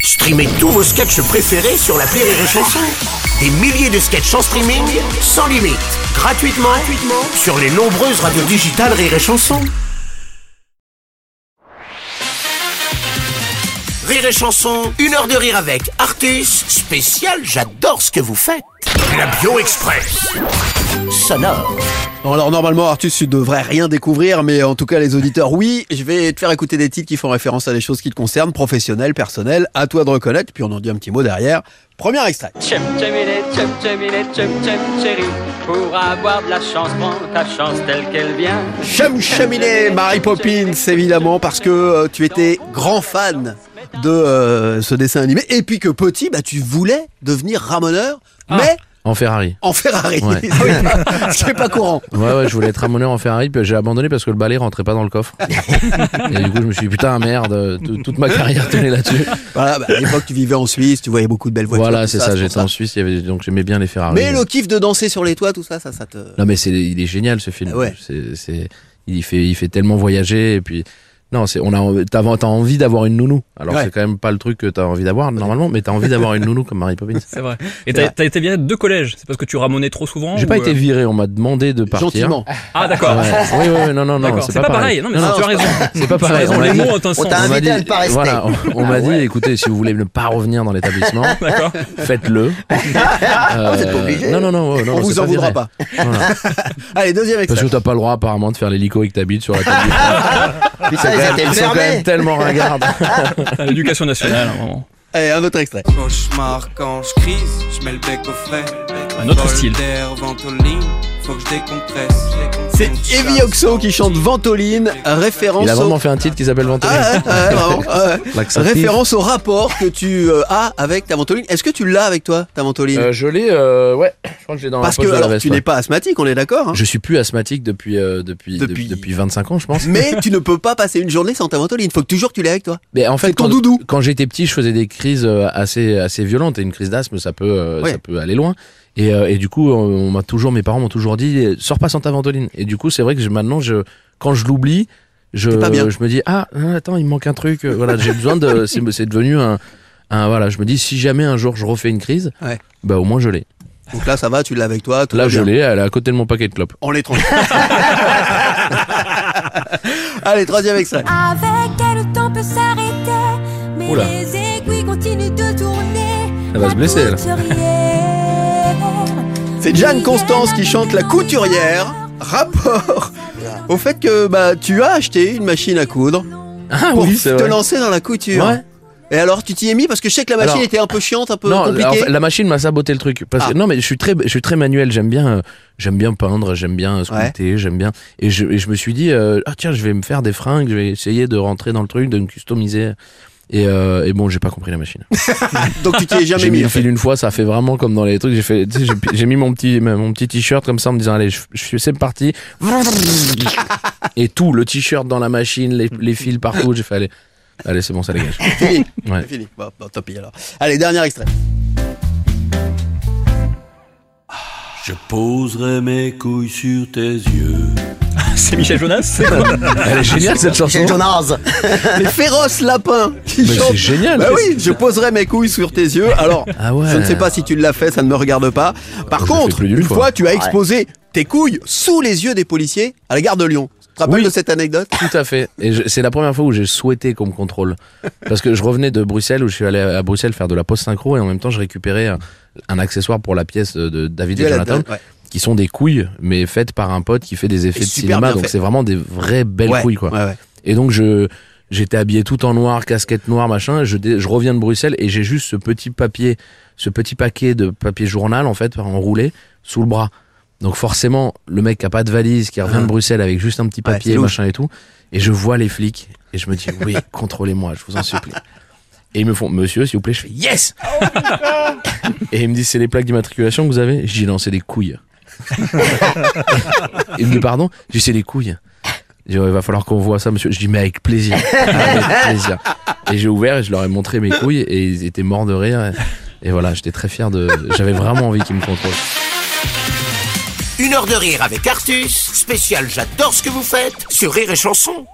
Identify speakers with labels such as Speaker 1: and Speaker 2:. Speaker 1: Streamez tous vos sketchs préférés sur la Rire et Chanson. Des milliers de sketchs en streaming, sans limite, gratuitement, gratuitement sur les nombreuses radios digitales Rire et Chanson. Rire et Chanson, une heure de rire avec Artus, spécial, j'adore ce que vous faites. La Bio Express. Sonore.
Speaker 2: Bon, alors normalement Artus tu devrais rien découvrir mais en tout cas les auditeurs oui je vais te faire écouter des titres qui font référence à des choses qui te concernent professionnelles personnelles à toi de reconnaître puis on en dit un petit mot derrière premier extrait
Speaker 3: Chum chumilé, chum chumilé, chum chum chéri. Pour avoir de la chance, prends ta chance telle qu'elle vient.
Speaker 2: Chum Chaminé Mary Poppins évidemment parce que euh, tu étais grand fan de euh, ce dessin animé et puis que petit bah tu voulais devenir ramoneur mais
Speaker 4: En Ferrari.
Speaker 2: en Ferrari
Speaker 4: Ah. Ouais.
Speaker 2: ce qui est pas courant
Speaker 4: Ouais, ouais, je voulais être ramoneur en Ferrari, puis j'ai abandonné parce que le balai rentrait pas dans le coffre. Et du coup, je me suis dit, putain, merde, euh, tout- toute ma carrière tenait là-dessus.
Speaker 2: voilà bah, à l'époque tu vivais en Suisse tu voyais beaucoup de belles voitures
Speaker 4: Voilà,
Speaker 2: tout
Speaker 4: c'est ça,
Speaker 2: pour
Speaker 4: j'étais en Suisse, il y avait, donc j'aimais bien les Ferrari.
Speaker 2: mais le kiff de danser sur les toits tout ça ça ça te
Speaker 4: Non, mais c'est, il est génial ce film.
Speaker 2: Ah ouais.
Speaker 4: C'est, c'est, il fait, il fait tellement voyager, et puis, non, c'est, on a, t'as, t'as envie d'avoir une nounou. Alors,
Speaker 2: Ouais.
Speaker 4: c'est quand même pas le truc que t'as envie d'avoir, normalement, mais t'as envie d'avoir une nounou comme Mary Poppins.
Speaker 5: C'est vrai. Et t'as t'as été viré de deux collèges. C'est parce que tu ramonais trop souvent
Speaker 4: J'ai
Speaker 5: ou,
Speaker 4: pas
Speaker 5: euh,
Speaker 4: été viré, on m'a demandé de partir.
Speaker 2: gentiment
Speaker 5: Ah d'accord.
Speaker 4: Ouais. Oui, oui, oui, non, non, non,
Speaker 5: D'accord. C'est pas, pareil. Non mais
Speaker 2: Non,
Speaker 5: tu as raison.
Speaker 4: C'est pas
Speaker 5: Tu as
Speaker 4: pareil.
Speaker 5: raison.
Speaker 4: On
Speaker 5: Les
Speaker 4: m'a dit-
Speaker 5: mots ont un sens.
Speaker 4: On m'a
Speaker 2: invité
Speaker 4: dit-
Speaker 2: à ne pas rester. Ah
Speaker 4: Voilà, on, on m'a dit, écoutez, si vous voulez ne pas revenir dans l'établissement,
Speaker 5: D'accord.
Speaker 4: faites-le. Euh,
Speaker 2: Vous êtes Oh, pas obligé.
Speaker 4: Non, non, non, ouais,
Speaker 2: on
Speaker 4: non non,
Speaker 2: vous
Speaker 4: c'est
Speaker 2: en
Speaker 4: pas
Speaker 2: voudra
Speaker 4: viré.
Speaker 2: pas
Speaker 4: Voilà.
Speaker 2: allez deuxième extrait
Speaker 4: Parce que t'as pas le droit apparemment de faire l'hélico avec ta bite sur la table.
Speaker 2: Ah, Putain, ils étaient
Speaker 4: Ils sont quand même
Speaker 2: fermés.
Speaker 4: tellement ringardes.
Speaker 5: À L'éducation nationale. hein, vraiment.
Speaker 2: Allez, un autre extrait.
Speaker 6: Cauchemar quand je crise, je mets le bec au frais.
Speaker 5: Un autre style.
Speaker 6: Voltaire, Ventoline, faut que je décompresse.
Speaker 2: C'est Evie Oxo qui chante Ventoline, référence
Speaker 4: Il a
Speaker 2: au...
Speaker 4: vraiment fait un titre qui s'appelle Ventoline.
Speaker 2: Ah, ouais, ouais, vraiment, ouais.
Speaker 4: Laxatif.
Speaker 2: référence au rapport que tu euh, as avec ta ventoline. Est-ce que tu l'as avec toi, ta ventoline
Speaker 4: Euh, je l'ai, euh, ouais, je crois que je l'ai dans
Speaker 2: Parce
Speaker 4: la
Speaker 2: que
Speaker 4: poche de la
Speaker 2: alors,
Speaker 4: veste.
Speaker 2: tu
Speaker 4: ouais.
Speaker 2: n'es pas asthmatique, on est d'accord. hein.
Speaker 4: Je suis plus asthmatique depuis, euh, depuis,
Speaker 2: Depuis-
Speaker 4: depuis... 25 ans, je pense.
Speaker 2: Mais tu ne peux pas passer une journée sans ta ventoline. Faut que toujours que tu l'aies avec toi.
Speaker 4: Mais en
Speaker 2: C'est
Speaker 4: fait,
Speaker 2: ton
Speaker 4: quand,
Speaker 2: doudou.
Speaker 4: quand j'étais petit, je faisais des crises euh, assez assez violentes et une crise d'asthme, ça peut euh,
Speaker 2: Ouais.
Speaker 4: ça peut aller loin. Et, euh, et du coup, on on m'a toujours, mes parents m'ont toujours dit, sors pas sans ta ventoline. Et du coup, c'est vrai que je- maintenant, je quand je l'oublie, je
Speaker 2: T'es pas bien.
Speaker 4: je me dis ah hein, attends, il me manque un truc. Euh, Voilà, j'ai besoin de c'est c'est devenu un un voilà, je me dis si jamais un jour je refais une crise,
Speaker 2: Ouais.
Speaker 4: bah au moins je l'ai.
Speaker 2: Donc là, ça va, tu l'as avec toi. tout
Speaker 4: Là,
Speaker 2: va
Speaker 4: je
Speaker 2: bien.
Speaker 4: l'ai, elle est à côté de mon paquet de clopes.
Speaker 2: On l'est tranquille. Allez, troisième extrait.
Speaker 7: Avec elle, le temps peut s'arrêter. Mais
Speaker 4: Oula.
Speaker 7: les aiguilles continuent de tourner.
Speaker 4: Elle va
Speaker 7: La
Speaker 4: se blesser, elle.
Speaker 7: couturière.
Speaker 2: C'est Jeanne Constance qui chante La couturière. Rapport au fait que bah tu as acheté une machine à coudre
Speaker 4: Ah
Speaker 2: pour te lancer dans la couture.
Speaker 4: Ouais.
Speaker 2: Et alors, tu t'y es mis parce que je sais que la machine
Speaker 4: Alors-
Speaker 2: était un peu chiante, un peu
Speaker 4: non,
Speaker 2: compliquée.
Speaker 4: en fait, la machine m'a saboté le truc. Parce que,
Speaker 2: Ah.
Speaker 4: non, mais je suis très, je suis très manuel. J'aime bien, euh, j'aime bien peindre, j'aime bien euh, sculpter, j'aime bien. Et je, et je me suis dit, euh, ah tiens, je vais me faire des fringues, je vais essayer de rentrer dans le truc, de me customiser. Et, euh, et bon, j'ai pas compris la machine.
Speaker 2: Donc tu t'y es jamais
Speaker 4: J'ai mis
Speaker 2: mis. en
Speaker 4: le
Speaker 2: fait.
Speaker 4: fil une fois, ça a fait vraiment comme dans les trucs. J'ai fait, tu sais, j'ai- j'ai mis mon petit, mon petit t-shirt comme ça en me disant, allez, je, je- c'est parti. Et tout, le t-shirt dans la machine, les, les fils partout. J'ai fait, allez, allez, c'est bon, ça dégage.
Speaker 2: C'est fini.
Speaker 4: Ouais.
Speaker 2: C'est fini. Bon, bon, tant pis alors. Allez, dernier extrait.
Speaker 8: Je poserai mes couilles sur tes yeux.
Speaker 5: C'est Michel Jonas. c'est quoi
Speaker 4: Elle est géniale cette chanson.
Speaker 2: Jonas. Les féroces lapins qui
Speaker 4: Mais
Speaker 2: chantent.
Speaker 4: c'est génial.
Speaker 2: Bah oui, je poserai mes couilles sur tes yeux. Alors,
Speaker 4: Ah ouais. Bah,
Speaker 2: je ne sais pas si tu l'as fait, ça ne me regarde pas. Par
Speaker 4: Je le
Speaker 2: contre,
Speaker 4: fais plus d'une
Speaker 2: une fois,
Speaker 4: fois.
Speaker 2: tu as exposé tes couilles sous les yeux des policiers à la gare de Lyon. Tu te rappelles
Speaker 4: Oui.
Speaker 2: de cette anecdote
Speaker 4: Tout à fait. Et je- c'est la première fois où j'ai souhaité qu'on me contrôle. Parce que je revenais de Bruxelles, où je suis allé à Bruxelles faire de la post synchro, et en même temps, je récupérais un, un accessoire pour la pièce de David et
Speaker 2: Duel à
Speaker 4: Jonathan,
Speaker 2: Duel, ouais.
Speaker 4: qui sont des couilles, mais faites par un pote qui fait des effets
Speaker 2: Et
Speaker 4: de
Speaker 2: super
Speaker 4: cinéma.
Speaker 2: bien
Speaker 4: Donc
Speaker 2: fait.
Speaker 4: c'est vraiment des vraies belles
Speaker 2: Ouais,
Speaker 4: couilles, quoi.
Speaker 2: ouais, ouais.
Speaker 4: Et donc je j'étais habillé tout en noir, casquette noire, machin. Je, dé- je reviens de Bruxelles et j'ai juste ce petit papier, ce petit paquet de papier journal en fait enroulé sous le bras. Donc forcément, le mec qui a pas de valise, qui revient
Speaker 2: Ah.
Speaker 4: de Bruxelles avec juste un petit
Speaker 2: Ouais,
Speaker 4: papier,
Speaker 2: c'est louche.
Speaker 4: machin et tout, et je vois les flics et je me dis oui, contrôlez-moi, je vous en supplie. Et ils me font Monsieur, s'il vous plaît, je fais Yes. et ils me disent c'est les plaques d'immatriculation que vous avez. Je dis non, c'est des couilles. Il me dit pardon, j'ai dit c'est les couilles. Il dit, Ouais, il va falloir qu'on voit ça, monsieur. Je dis mais avec plaisir. Avec plaisir. Et j'ai ouvert et je leur ai montré mes couilles et ils étaient morts de rire. Et voilà, j'étais très fier de. J'avais vraiment envie qu'ils me contrôlent.
Speaker 1: Une heure de rire avec Artus, spécial, j'adore ce que vous faites sur Rire et Chanson.